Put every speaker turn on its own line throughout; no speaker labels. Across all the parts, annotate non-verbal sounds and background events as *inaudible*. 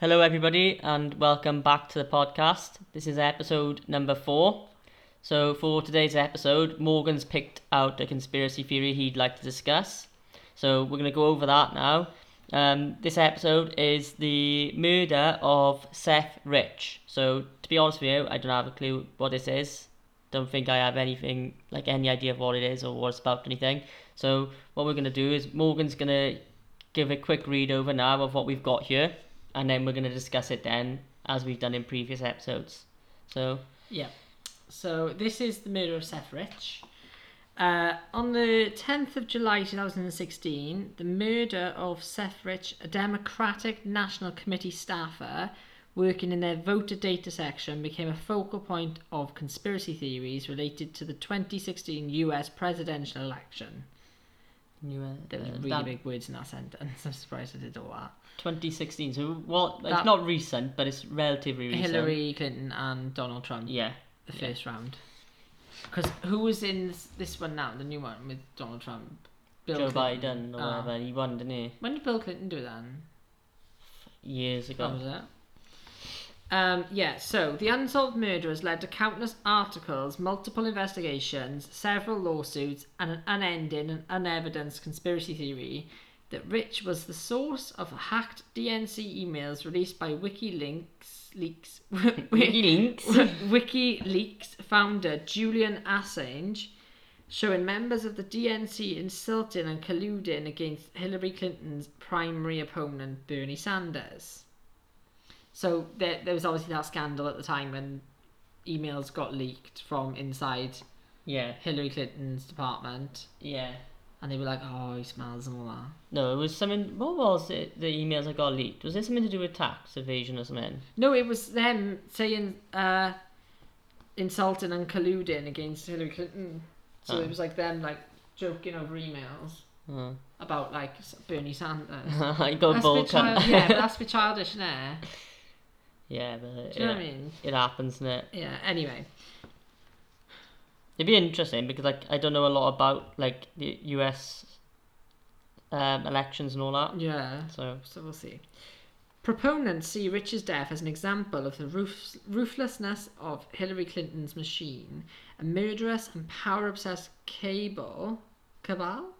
Hello, everybody, and welcome back to the podcast. This is episode number four. So, for today's episode, Morgan's picked out a conspiracy theory he'd like to discuss. So, we're going to go over that now. Um, this episode is the murder of Seth Rich. So, to be honest with you, I don't have a clue what this is. Don't think I have anything, like any idea of what it is or what it's about, or anything. So, what we're going to do is Morgan's going to give a quick read over now of what we've got here, and then we're going to discuss it then, as we've done in previous episodes. So,
Yeah. So this is the murder of Seth Rich. Uh, on the 10th of July 2016, the murder of Seth Rich, a Democratic National Committee staffer working in their voter data section, became a focal point of conspiracy theories related to the 2016 US presidential election.
you, uh,
There was
uh,
really
that-
big words in that sentence. *laughs* I'm surprised I did all that.
2016. So, well, it's
That-
not recent, but it's relatively recent.
Hillary Clinton and Donald Trump.
Yeah.
the
Yeah.
first round. Because who was in this, this one now, the new one with Donald Trump?
Joe
Clinton.
Biden or
Ah.
whatever. He won, didn't he?
When did Bill Clinton do that?
Years
That
ago.
was it. Um, yeah, so the unsolved murder has led to countless articles, multiple investigations, several lawsuits, and an unending and unevidenced conspiracy theory that Rich was the source of hacked DNC emails released by WikiLeaks leaks, *laughs*
*laughs* WikiLeaks.
WikiLeaks founder Julian Assange showing members of the DNC insulting and colluding against Hillary Clinton's primary opponent Bernie Sanders. So there, there was obviously that scandal at the time when emails got leaked from inside
yeah.
Hillary Clinton's department,
Yeah.
and they were like, "Oh, he smells and all that."
No, it was something. What was it? The emails that got leaked. Was it something to do with tax evasion or something?
No, it was them saying, uh, insulting and colluding against Hillary Clinton. So
Oh.
it was like them like joking over emails
Uh,
about like Bernie Sanders.
*laughs* I got
That's a
bull
bit child-
cunt.
yeah, but that's a bit childish, isn't it?
*laughs* Yeah, but
Do you know
yeah,
what I mean?
it happens, innit?
Yeah. Anyway,
It'd be interesting because like I don't know a lot about like the U.S. Um, elections and all that.
yeah.
So
So we'll see. Proponents see Rich's death as an example of the ruthless ruthlessness of Hillary Clinton's machine, a murderous and power-obsessed cable cabal.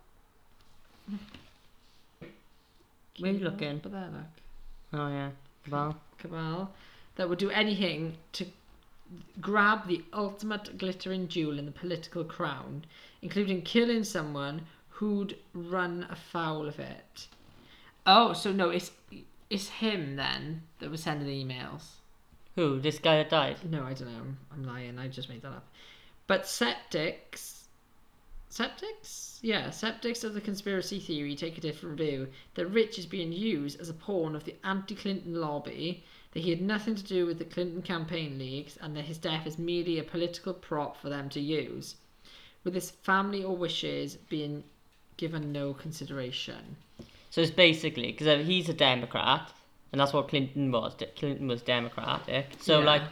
Where are you looking?
But there, look.
oh yeah, well
cabal that would do anything to grab the ultimate glittering jewel in the political crown, including killing someone who'd run afoul of it. Oh, so no, it's it's him then that was sending the emails.
who this guy that died?
No, I don't know. I'm lying. I just made that up. But septics. Septics? Yeah, septics of the conspiracy theory take a different view that Rich is being used as a pawn of the anti Clinton lobby, that he had nothing to do with the Clinton campaign leaks, and that his death is merely a political prop for them to use, with his family or wishes being given no consideration.
So it's basically because he's a Democrat, and that's what Clinton was. De- Clinton was Democratic. So
Yeah.
like,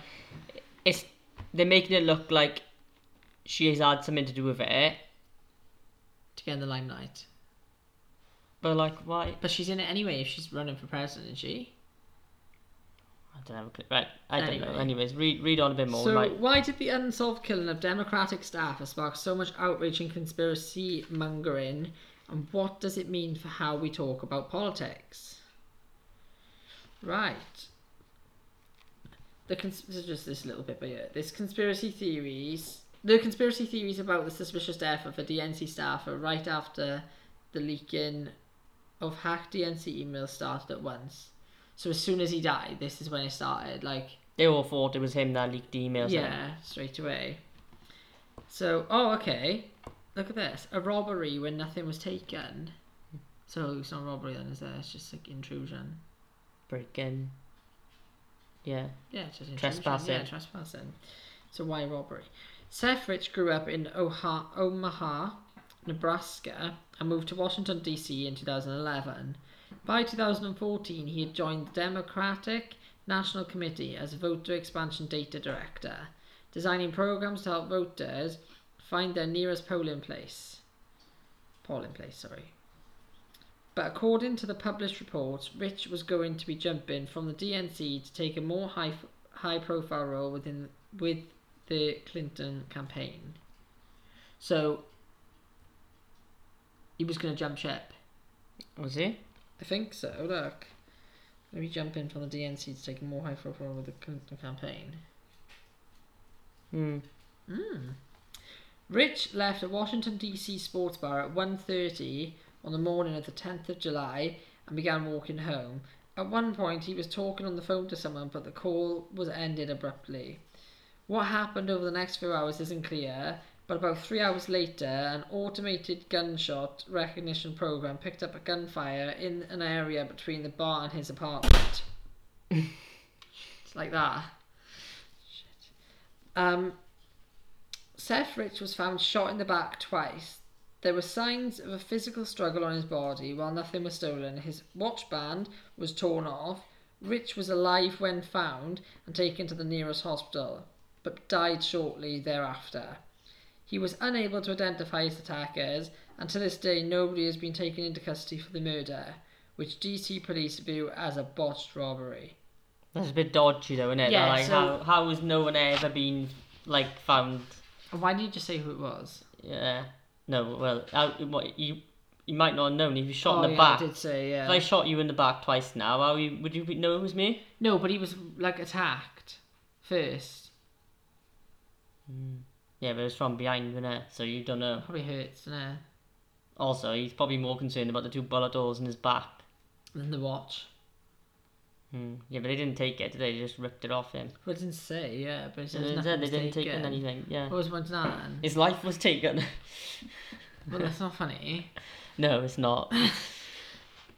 it's they're making it look like she has had something to do with it,
To get in the limelight.
but like why?
But she's in it anyway if she's running for president, isn't she?
I don't have a clue. Right, I don't know.
Anyway.
Anyways, read read on a bit more.
So,
like,
why did the unsolved killing of Democratic staff spark so much outrage and conspiracy mongering? And what does it mean for how we talk about politics? Right. The cons- this is just this little bit by here. This conspiracy theories. The conspiracy theories about the suspicious death of a DNC staffer right after the leaking of hacked DNC emails started at once. So as soon as he died, this is when it started. Like
they all thought it was him that leaked the emails. out.
yeah, straight away. So, oh, okay. Look at this. A robbery when nothing was taken. So it's not robbery then, is it? It's just like intrusion.
breaking. Yeah.
Yeah, it's just intrusion.
Trespassing.
Yeah, trespassing. So why robbery? Seth Rich grew up in Oha- Omaha, Nebraska, and moved to Washington, D.C. in 2011. By 2014, he had joined the Democratic National Committee as Voter Expansion Data Director, designing programs to help voters find their nearest polling place. Polling place, sorry. But according to the published reports, Rich was going to be jumping from the DNC to take a more high high profile role within with the Clinton campaign. So he was going to jump ship.
Was he?
I think so. Look, let me jump in from the DNC to take a more high profile role with the Clinton campaign.
Hmm.
Mm. Rich left a Washington D.C. sports bar at 1:30 on the morning of the 10th of July and began walking home. At one point, he was talking on the phone to someone, but the call was ended abruptly. What happened over the next few hours isn't clear, but about three hours later, an automated gunshot recognition program picked up a gunfire in an area between the bar and his apartment. it's like that. Shit. Um, Seth Rich was found shot in the back twice. There were signs of a physical struggle on his body while nothing was stolen. His watch band was torn off. Rich was alive when found and taken to the nearest hospital, but died shortly thereafter. He was unable to identify his attackers, and to this day, nobody has been taken into custody for the murder, which DC police view as a botched robbery.
That's a bit dodgy though, isn't it?
Yeah,
like
so-
how how has no one ever been like found?
And why did you just say who it was?
Yeah. No. Well, how, what you you might not have known if you shot
oh,
in the
yeah,
back.
I did say, yeah.
If I shot you in the back twice now, how you, would you be- know it was me?
No, but he was, like, attacked first.
Hmm. Yeah, but it was from behind, wasn't it? So you don't know.
Probably hurts, doesn't it?
Also, he's probably more concerned about the two bullet holes in his back.
Than the watch.
Hmm. Yeah, but they didn't take it, did they? They just ripped it off him.
Well, it didn't say, yeah, but it
So
says
they
nothing
said they
was Oh.
didn't take
taken.
in anything. Yeah.
What was one to that then?
His life was taken. *laughs*
Well, that's not funny.
no, it's
*laughs*
not.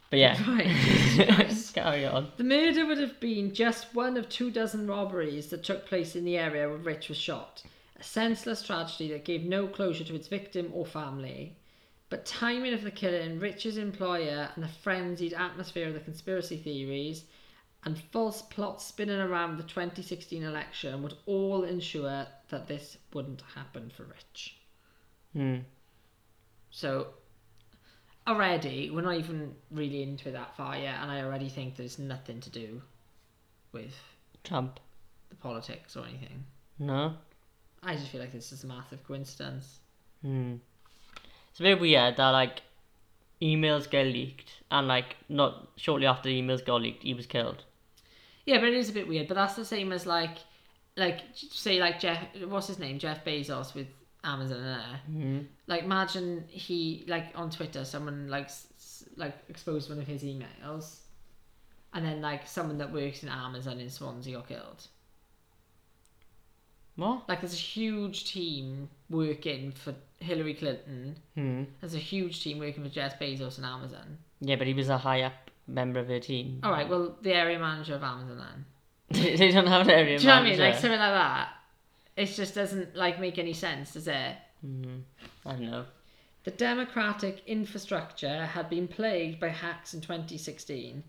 but yeah. *laughs*
Right, Jesus Christ.
Carry on.
The murder would have been just one of two dozen robberies that took place in the area where Rich was shot, a senseless tragedy that gave no closure to its victim or family. But timing of the killing, Rich's employer, and the frenzied atmosphere of the conspiracy theories, and false plots spinning around the 2016 election would all ensure that this wouldn't happen for Rich.
Hmm.
So already we're not even really into it that far yet, and I already think that it's nothing to do with
Trump.
the politics or anything.
No.
I just feel like this is a massive coincidence.
Hmm. It's a bit weird that like emails get leaked and like not shortly after the emails got leaked, he was killed.
Yeah, but it is a bit weird. But that's the same as like, like say like Jeff, what's his name, Jeff Bezos with Amazon and there.
Hmm.
Like imagine he like on Twitter, someone like s- s- like exposed one of his emails, and then like someone that works in Amazon in Swansea got killed.
What?
like there's a huge team working for Hillary Clinton.
Hmm.
There's a huge team working for Jeff Bezos and Amazon.
Yeah, but he was a high up member of her team.
All right, well the area manager of Amazon then.
*laughs* they don't have an area
Do you know what I mean?
manager.
Like something like that. It just doesn't like make any sense, does it?
I don't know.
The democratic infrastructure had been plagued by hacks in 2016.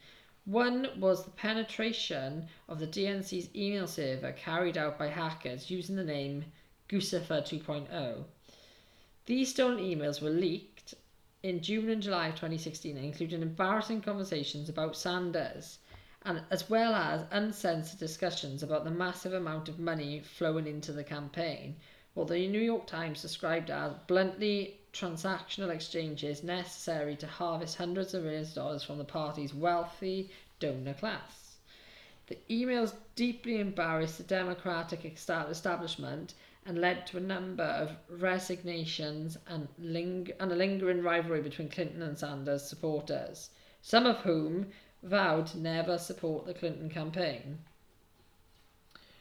One was the penetration of the DNC's email server carried out by hackers using the name Guccifer 2.0. oh. These stolen emails were leaked in June and July of 2016 and included embarrassing conversations about Sanders, and as well as uncensored discussions about the massive amount of money flowing into the campaign, what the New York Times described as bluntly transactional exchanges necessary to harvest hundreds of millions of dollars from the party's wealthy donor class. The emails deeply embarrassed the Democratic esta- establishment and led to a number of resignations and, ling- and a lingering rivalry between Clinton and Sanders supporters, some of whom vowed to never support the Clinton campaign.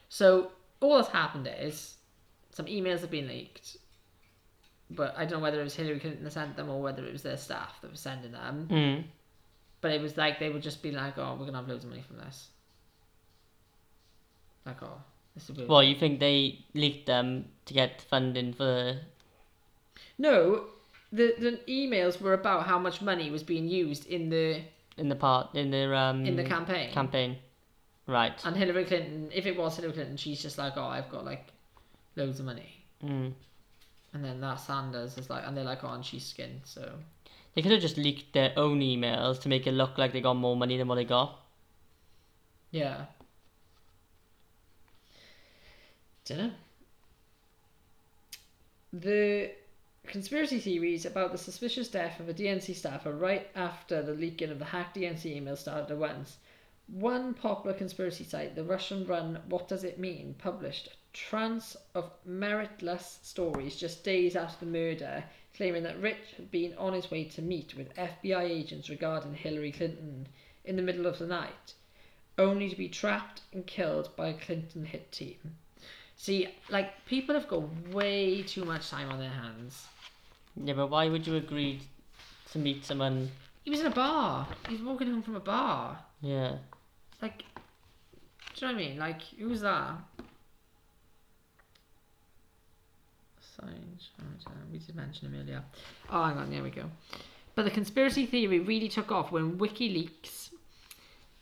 So, all that's happened is some emails have been leaked, but I don't know whether it was Hillary Clinton that sent them or whether it was their staff that was sending them.
Hmm.
But it was like they would just be like, "Oh, we're gonna have loads of money from this." Like, oh, this is weird.
Well, you think they leaked them to get funding for?
no, the the emails were about how much money was being used in the
in the part in their um
in the Uh. campaign.
campaign. Right.
and Hillary Clinton, if it was Hillary Clinton, she's just like, "Oh, I've got like loads of money,"
Mm.
and then that Sanders is like, and they're like, "Oh, and she's skinned." So
They could have just leaked their own emails to make it look like they got more money than what they got.
Yeah. Dunno. The conspiracy theories about the suspicious death of a DNC staffer right after the leaking of the hacked DNC email started at once. One popular conspiracy site, the Russian run What Does It Mean, published a trance of meritless stories just days after the murder, claiming that Rich had been on his way to meet with FBI agents regarding Hillary Clinton in the middle of the night only to be trapped and killed by a Clinton hit team. See, like people have got way too much time on their hands.
Yeah, but why would you agree to meet someone?
He was in a bar. He was walking home from a bar.
Yeah.
Like, do you know what I mean? Like, who was that? Signs. right, uh, We did mention him earlier. Oh, hang on. There we go. But the conspiracy theory really took off when WikiLeaks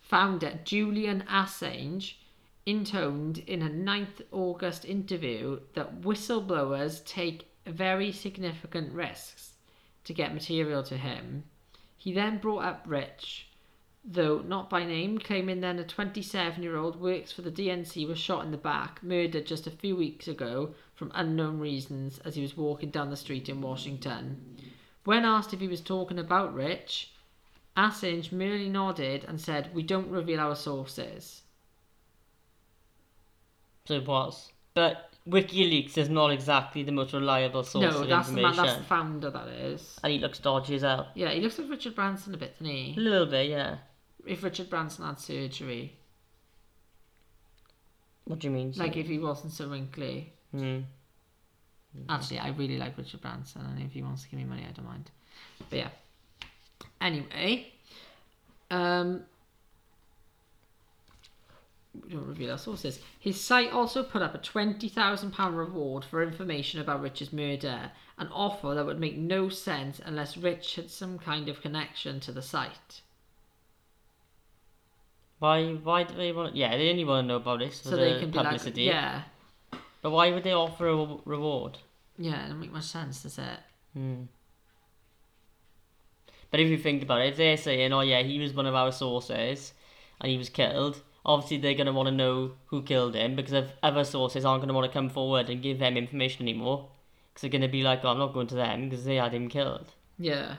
founder Julian Assange intoned in a 9th August interview that whistleblowers take very significant risks to get material to him. He then brought up Rich, though not by name, claiming then a 27 year old works for the DNC was shot in the back, murdered just a few weeks ago from unknown reasons as he was walking down the street in Washington. When asked if he was talking about Rich, Assange merely nodded and said, We don't reveal our sources.
So it was. But WikiLeaks is not exactly the most reliable source
no,
of
that's the, man,
information.
that's the founder, that is.
And he looks dodgy as hell.
Yeah, he looks like Richard Branson a bit, doesn't
A
he?
little bit, yeah.
If Richard Branson had surgery,
What do you mean?
like if he wasn't so wrinkly.
Hmm.
Actually, I really like Richard Branson, and if he wants to give me money, I don't mind. But yeah. Anyway, um, we don't reveal our sources. His site also put up a twenty thousand pound reward for information about Rich's murder, an offer that would make no sense unless Rich had some kind of connection to the site.
Why? Why do they want? Yeah, they only want to know about this for
So
the
they can be
publicity.
like, yeah,
But why would they offer a re- reward?
yeah, it doesn't make much sense, does it?
Hmm. But if you think about it, if they're saying, "Oh yeah, he was one of our sources, and he was killed," obviously they're going to want to know who killed him because if other sources aren't going to want to come forward and give them information anymore, because they're going to be like, "Oh, I'm not going to them because they had him killed."
Yeah,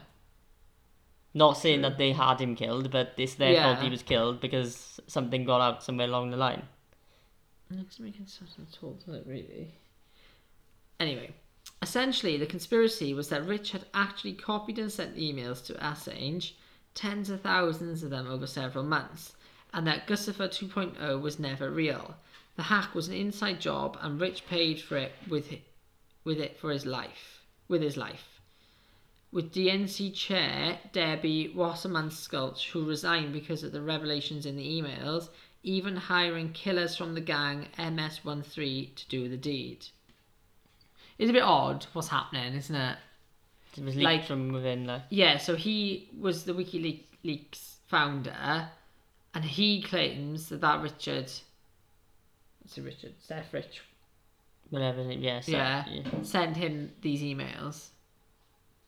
Not saying that they had him killed, but it's their fault
Yeah.
he was killed because something got out somewhere along the line.
It doesn't make any sense at all, does it, really? Anyway, essentially, the conspiracy was that Rich had actually copied and sent emails to Assange, tens of thousands of them over several months, and that Guccifer 2.0 was never real. The hack was an inside job, and Rich paid for it with it, with it for his life, with his life. With DNC chair Debbie Wasserman-Skulch, who resigned because of the revelations in the emails, even hiring killers from the gang MS13 to do the deed. It's a bit odd what's happening, isn't it?
It was leaked
Like-
from within, like.
Yeah, so he was the WikiLeaks founder, and he claims that that Richard, it's a Richard, Seth Rich,
Whatever. Yeah. So,
Yeah.
Yeah.
sent him these emails.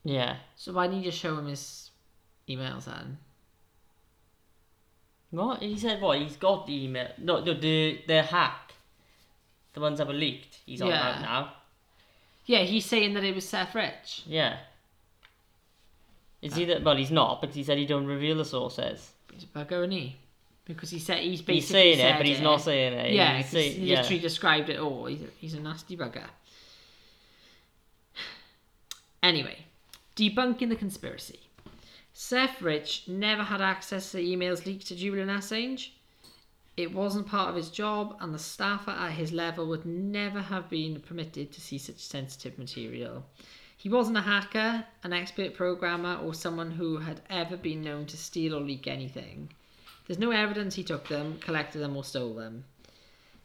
Yeah.
So why didn't you just show him his emails then?
What he said? What he's got the email? No, no, the the hack, the ones that were leaked. He's on
Yeah.
that now.
Yeah, he's saying that it was Seth Rich.
Yeah. Is he that? Well, he's not because he said he don't reveal the sources.
He's a bugger, isn't he? E? Because he said he's basically
He's saying it,
said
but he's not saying it.
Yeah,
he's
'cause
say-
he literally described it all. He's a, he's a nasty bugger. Anyway, debunking the conspiracy. Seth Rich never had access to the emails leaked to Julian Assange. It wasn't part of his job, and the staffer at his level would never have been permitted to see such sensitive material. He wasn't a hacker, an expert programmer, or someone who had ever been known to steal or leak anything. There's no evidence he took them, collected them, or stole them.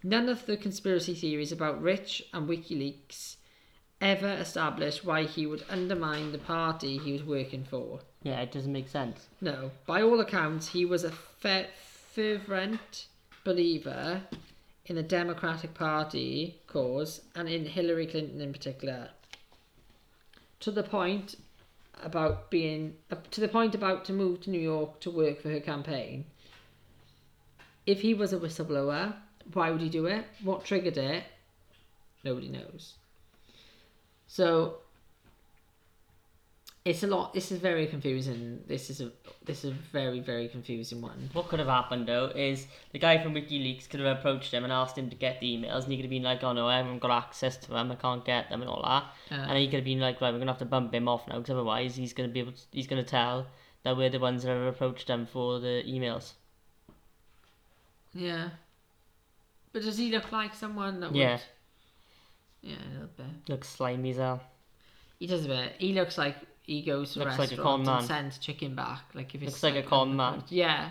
None of the conspiracy theories about Rich and WikiLeaks ever established why he would undermine the party he was working for.
yeah. yeah, it doesn't make sense.
No, by all accounts, he was a fe- fervent believer in the Democratic Party cause and in Hillary Clinton in particular. To the point about being up to the point about to move to New York to work for her campaign. If he was a whistleblower, why would he do it? What triggered it? Nobody knows. So it's a lot. This is very confusing. This is a this is a very very confusing one.
What could have happened though is the guy from WikiLeaks could have approached him and asked him to get the emails, and he could have been like, "Oh no, I haven't got access to them. I can't get them and all that." And
Uh,
he could have been like, "Right, we're gonna have to bump him off now, because otherwise he's gonna be able, to, he's gonna tell that we're the ones that have approached him for the emails."
yeah. But does he look like someone that
Yeah,
would? Yeah, a little bit.
looks slimy as hell.
He does a bit. He looks like he goes to
Looks like
restaurants
a con man.
and sends chicken back. Like if it's
Looks like a con man.
Yeah,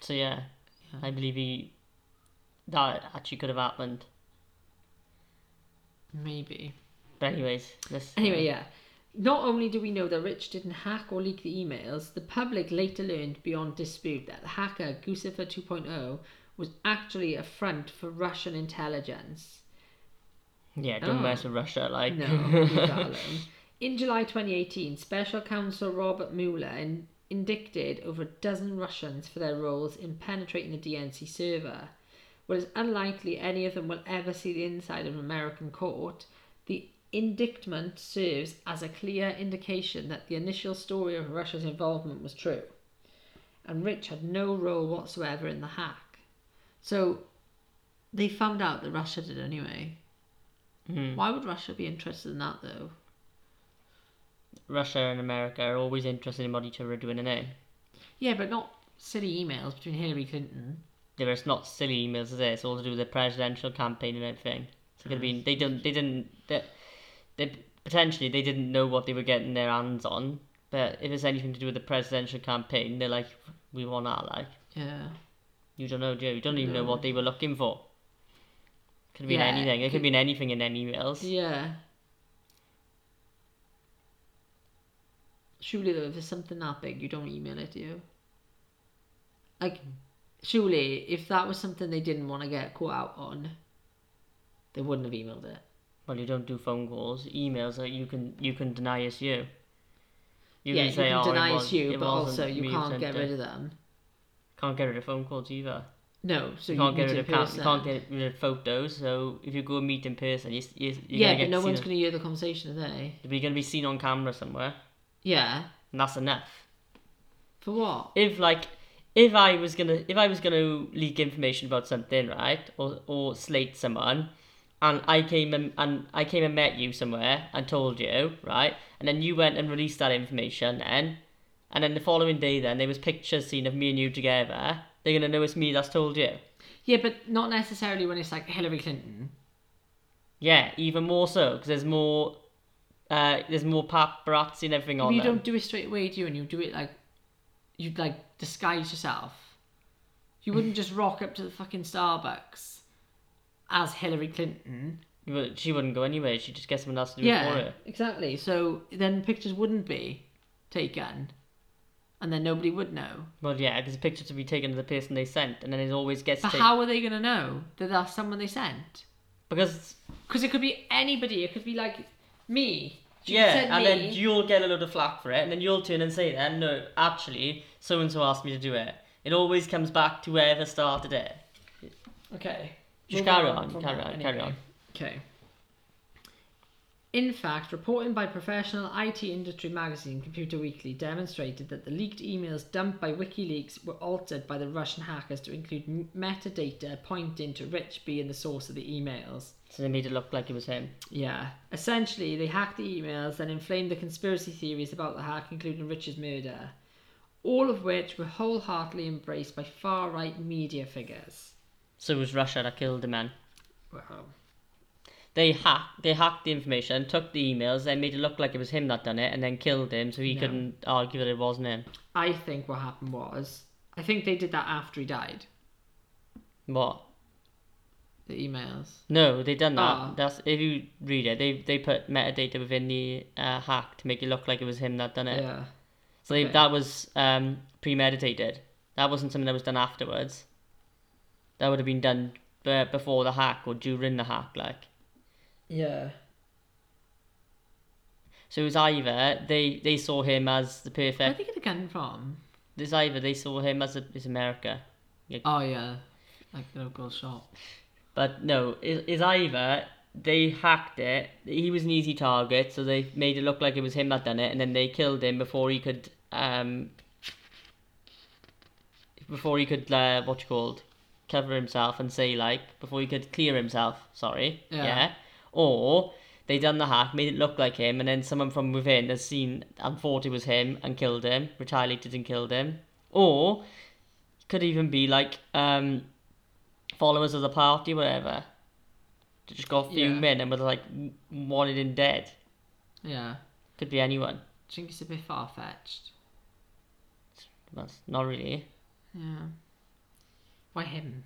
So yeah, I believe he that actually could have happened.
maybe.
But anyways, this uh,
Anyway, yeah. Not only do we know that Rich didn't hack or leak the emails, the public later learned beyond dispute that the hacker Guccifer 2.0 oh, was actually a front for Russian intelligence.
yeah, don't
Oh.
mess with Russia, like *laughs*
No, leave that alone. In July 2018, Special Counsel Robert Mueller in- indicted over a dozen Russians for their roles in penetrating the DNC server. While it's unlikely any of them will ever see the inside of an American court, the indictment serves as a clear indication that the initial story of Russia's involvement was true. And Rich had no role whatsoever in the hack. So they found out that Russia did anyway.
Hmm.
Why would Russia be interested in that though?
Russia and America are always interested in what each other are doing, and
Yeah, but not silly emails between Hillary Clinton.
there is not silly emails as It's all to do with the presidential campaign and everything. So it could have been they didn't they didn't they, they potentially they didn't know what they were getting their hands on. But if it's anything to do with the presidential campaign, they're like, we want that. Like
Yeah.
you don't know, Joe. You don't even know
No.
what they were looking for. Could have been
Yeah,
anything. It could
could-
have been anything in them emails.
Yeah. Surely though, if it's something that big, you don't email it, do you? Like, surely if that was something they didn't want to get caught out on, they wouldn't have emailed it.
Well, you don't do phone calls, emails. Like you can you can deny it's you. You
yeah, you can
"Oh, it
deny
was-
it's you,
it
but
wasn't
also you
me who
can't
sent
get
it."
rid of them.
Can't get rid of phone calls either.
No, so
you
you,
can't
meet
get rid
in
of ca- you
person.
can't get rid of photos. So if you go and meet in person, you, you, you're
yeah,
gonna
but
get
no
seen
one's
on-
going to hear the conversation, are they?
You're gonna be seen on camera somewhere,
Yeah.
and that's enough.
For what?
If like, if I was gonna if I was gonna leak information about something, right, or or slate someone, and I came and, and I came and met you somewhere and told you, right, and then you went and released that information, then, and then the following day, then there was pictures seen of me and you together. They're gonna know it's me that's told you.
Yeah, but not necessarily when it's like Hillary Clinton.
Yeah, even more so because there's more, uh, there's more paparazzi and everything
But
on
you
them.
don't do it straight away, do you? And you do it like, you'd like disguise yourself. You wouldn't just rock up to the fucking Starbucks as Hillary Clinton.
You wou- She wouldn't go anywhere. She'd just get someone else to do it for
Yeah,
her.
exactly. So then pictures wouldn't be taken, and then nobody would know.
Well, yeah, because the picture to be taken of the person they sent, and then it always gets
But
taken
how are they gonna know that that's someone they sent?
because
Because it could be anybody. It could be like me. She could
yeah,
send
and
me-
then you'll get a load of flack for it, and then you'll turn and say, "Then no, actually, so and so asked me to do it." It always comes back to whoever started it.
Okay.
Just
Moving
carry on,
from
carry
that
on, carry on.
Okay. In fact, reporting by professional IT industry magazine Computer Weekly demonstrated that the leaked emails dumped by WikiLeaks were altered by the Russian hackers to include m- metadata pointing to Rich being the source of the emails.
So they made it look like it was him.
Yeah. Essentially, they hacked the emails and inflamed the conspiracy theories about the hack, including Rich's murder, all of which were wholeheartedly embraced by far right media figures.
So it was Russia that killed the man.
Wow.
They hacked, they hacked the information, took the emails, then made it look like it was him that done it, and then killed him, so he
Yeah.
couldn't argue that it wasn't him.
I think what happened was, I think they did that after he died.
What?
The emails.
No, they done that.
Ah.
That's if you read it, they they put metadata within the uh, hack to make it look like it was him that done it.
Yeah.
so they,
okay.
that was um, premeditated. That wasn't something that was done afterwards. That would have been done uh, before the hack or during the hack, like.
Yeah.
So it was either they, they saw him as the
Where
perfect.
did they get a gun from?
It's either they saw him as a, as America.
Oh yeah, like the local shop.
But no, it, it's either they hacked it. He was an easy target, so they made it look like it was him that done it, and then they killed him before he could um before he could uh, what you called cover himself and say like before he could clear himself. Sorry,
Yeah.
Or they done the hack, made it look like him, and then someone from within has seen and thought it was him and killed him, retaliated and killed him. Or could even be like um followers of the party, whatever. They Just got a few
Yeah.
men and were like w- wanted in dead.
Yeah,
Could be anyone.
do you think it's a bit far fetched?
That's not really.
Yeah. Why him?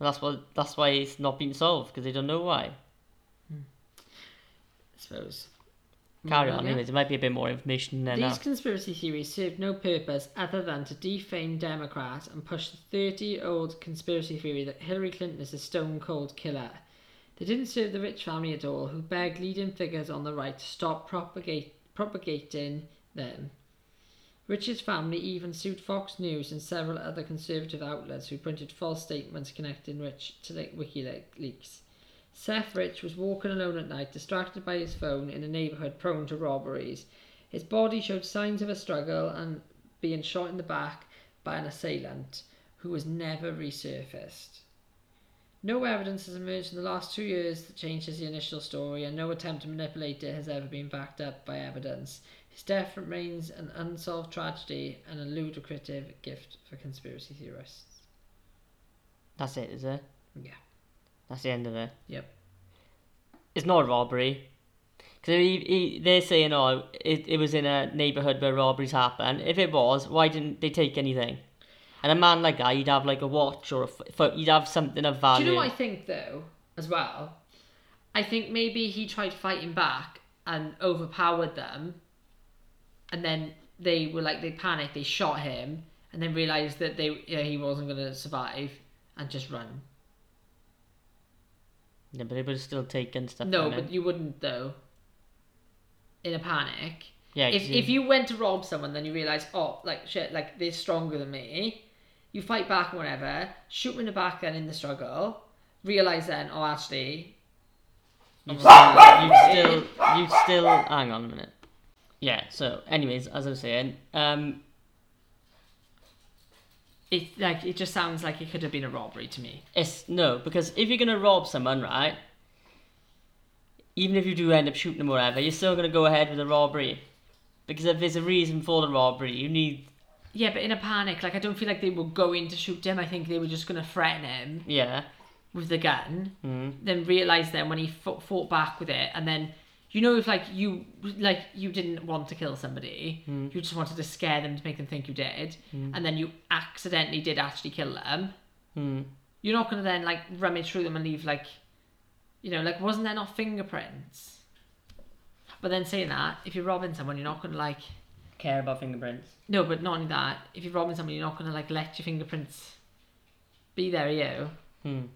That's what. That's why it's not been solved because they don't know why.
I suppose.
Carry
Moreover,
on, anyways. There might be a bit more information there now.
Mm, These conspiracy theories serve no purpose other than to defame Democrats and push the 30 year old conspiracy theory that Hillary Clinton is a stone cold killer. They didn't serve the rich family at all, who begged leading figures on the right to stop propagate, propagating them. Rich's family even sued Fox News and several other conservative outlets who printed false statements connecting Rich to the WikiLeaks. Seth Rich was walking alone at night, distracted by his phone in a neighbourhood prone to robberies. His body showed signs of a struggle and being shot in the back by an assailant who was never resurfaced. No evidence has emerged in the last two years that changes the initial story, and no attempt to manipulate it has ever been backed up by evidence. His death remains an unsolved tragedy and a lucrative gift for conspiracy theorists.
That's it, is it?
Yeah.
That's the end of it.
Yep.
It's not a robbery. Because he, he, they're saying, oh, it, it was in a neighbourhood where robberies happen. If it was, why didn't they take anything? And a man like that, he'd have like a watch or a ph- pho- he'd have something of
Do
value.
you know what I think though, as well? I think maybe he tried fighting back and overpowered them, and then they were like they panicked, they shot him, and then realized that they yeah, he wasn't gonna survive and just run.
Yeah, but they would have still taken stuff.
no,
from him.
but you wouldn't though. In a panic,
yeah,
if
'cause
if you went to rob someone, then you realize oh like shit like they're stronger than me. You fight back and whatever, shoot them in the back then in the struggle, realize then oh actually
You've still, you've still, you've still. Hang on a minute. Yeah. So, anyways, as I was saying, um,
it like it just sounds like it could have been a robbery to me.
it's no because if you're gonna rob someone, right? Even if you do end up shooting them or whatever, you're still gonna go ahead with the robbery, because if there's a reason for the robbery, you need.
Yeah, but in a panic, like I don't feel like they were going to shoot him. I think they were just going to threaten him
Yeah.
with the gun.
Mm.
Then realize then when he fought, fought back with it, and then you know if like you like you didn't want to kill somebody, you just wanted to scare them to make them think you did, and then you accidentally did actually kill them.
Mm.
You're not going to then like rummage through them and leave like, you know, like wasn't there not fingerprints? But then saying that, if you're robbing someone, you're not going to like
Care about fingerprints.
No, but not only that, if you're robbing someone, you're not going to like let your fingerprints be there, are you?
Hmm.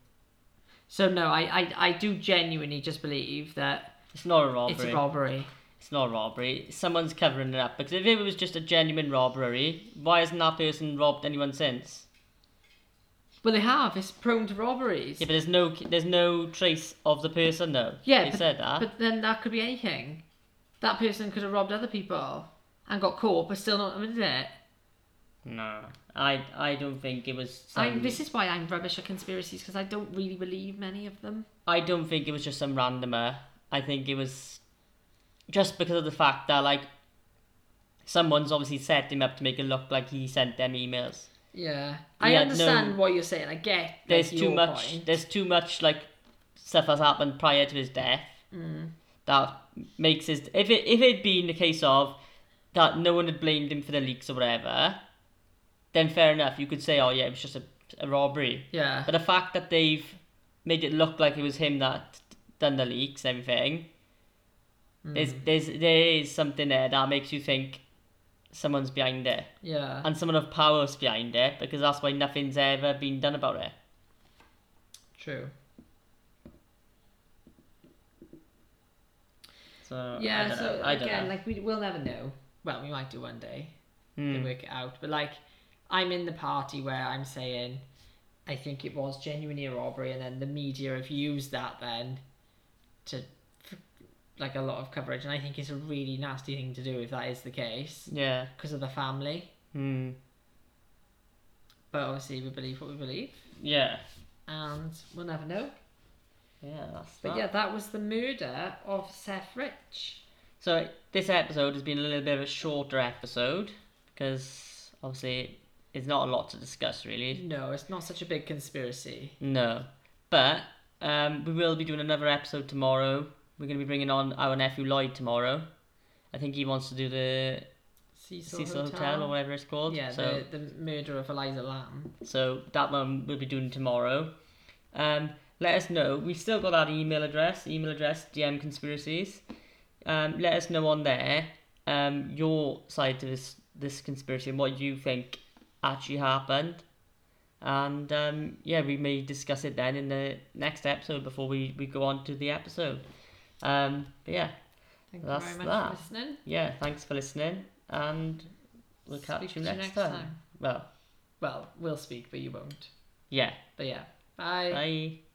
So no, I, I, I do genuinely just believe that
It's not a robbery.
it's a robbery.
It's not a robbery. Someone's covering it up because if it was just a genuine robbery, why hasn't that person robbed anyone since?
Well, they have. It's prone to robberies.
Yeah, but there's no there's no trace of the person though.
Yeah,
you
but-
said that.
But then that could be anything. That person could have robbed other people and got caught, but still not admitted it.
No, I I don't think it was.
I,
some-
this is why I'm rubbish at conspiracies because I don't really believe many of them.
I don't think it was just some randomer. I think it was just because of the fact that like someone's obviously set him up to make it look like he sent them emails.
Yeah,
I
I
Yeah, understand
understand what you're saying. I get.
There's too much. There's too much like stuff has happened prior to his death that makes his. If it if it'd been the case of that no one had blamed him for the leaks or whatever, then fair enough. You could say, oh yeah, it was just a, a robbery.
Yeah.
But the fact that they've made it look like it was him that done the leaks, and everything.
Mm.
There's, there's, there is something there that makes you think someone's behind it,
Yeah.
and someone of power's behind it, because that's why nothing's ever been done about it.
True.
So I
Yeah,
don't
so
know. I don't
again,
know.
like we we'll never know. Well, we might do one day
Hmm.
to work it out. But like, I'm in the party where I'm saying, I think it was genuinely a robbery, and then the media have used that then to f- like a lot of coverage, and I think it's a really nasty thing to do if that is the case
Yeah.
because of the family.
Hmm.
But obviously, we believe what we believe,
Yeah.
and we'll never know.
Yeah. That's
But
that.
yeah, that was the murder of Seth Rich.
So this episode has been a little bit of a shorter episode because obviously it's not a lot to discuss really.
No, it's not such a big conspiracy.
No, but um, we will be doing another episode tomorrow. We're going to be bringing on our nephew Lloyd tomorrow. I think he wants to do the
Cecil,
Cecil Hotel, or whatever it's called.
Yeah,
so
the, the murder of Eliza Lamb.
So that one we'll be doing tomorrow. Um, let us know. We've still got our email address, email address DM Conspiracies. Um, let us know on there um, your side to this this conspiracy and what you think actually happened. And um, yeah, we may discuss it then in the next episode before we, we go on to the episode. Um, but yeah,
Thank
That's
you very much
that.
for listening.
yeah, thanks for listening and we'll catch
Speak
you
to
next, time. Well,
Well, we'll speak, but you won't.
yeah,
But yeah, bye.
bye.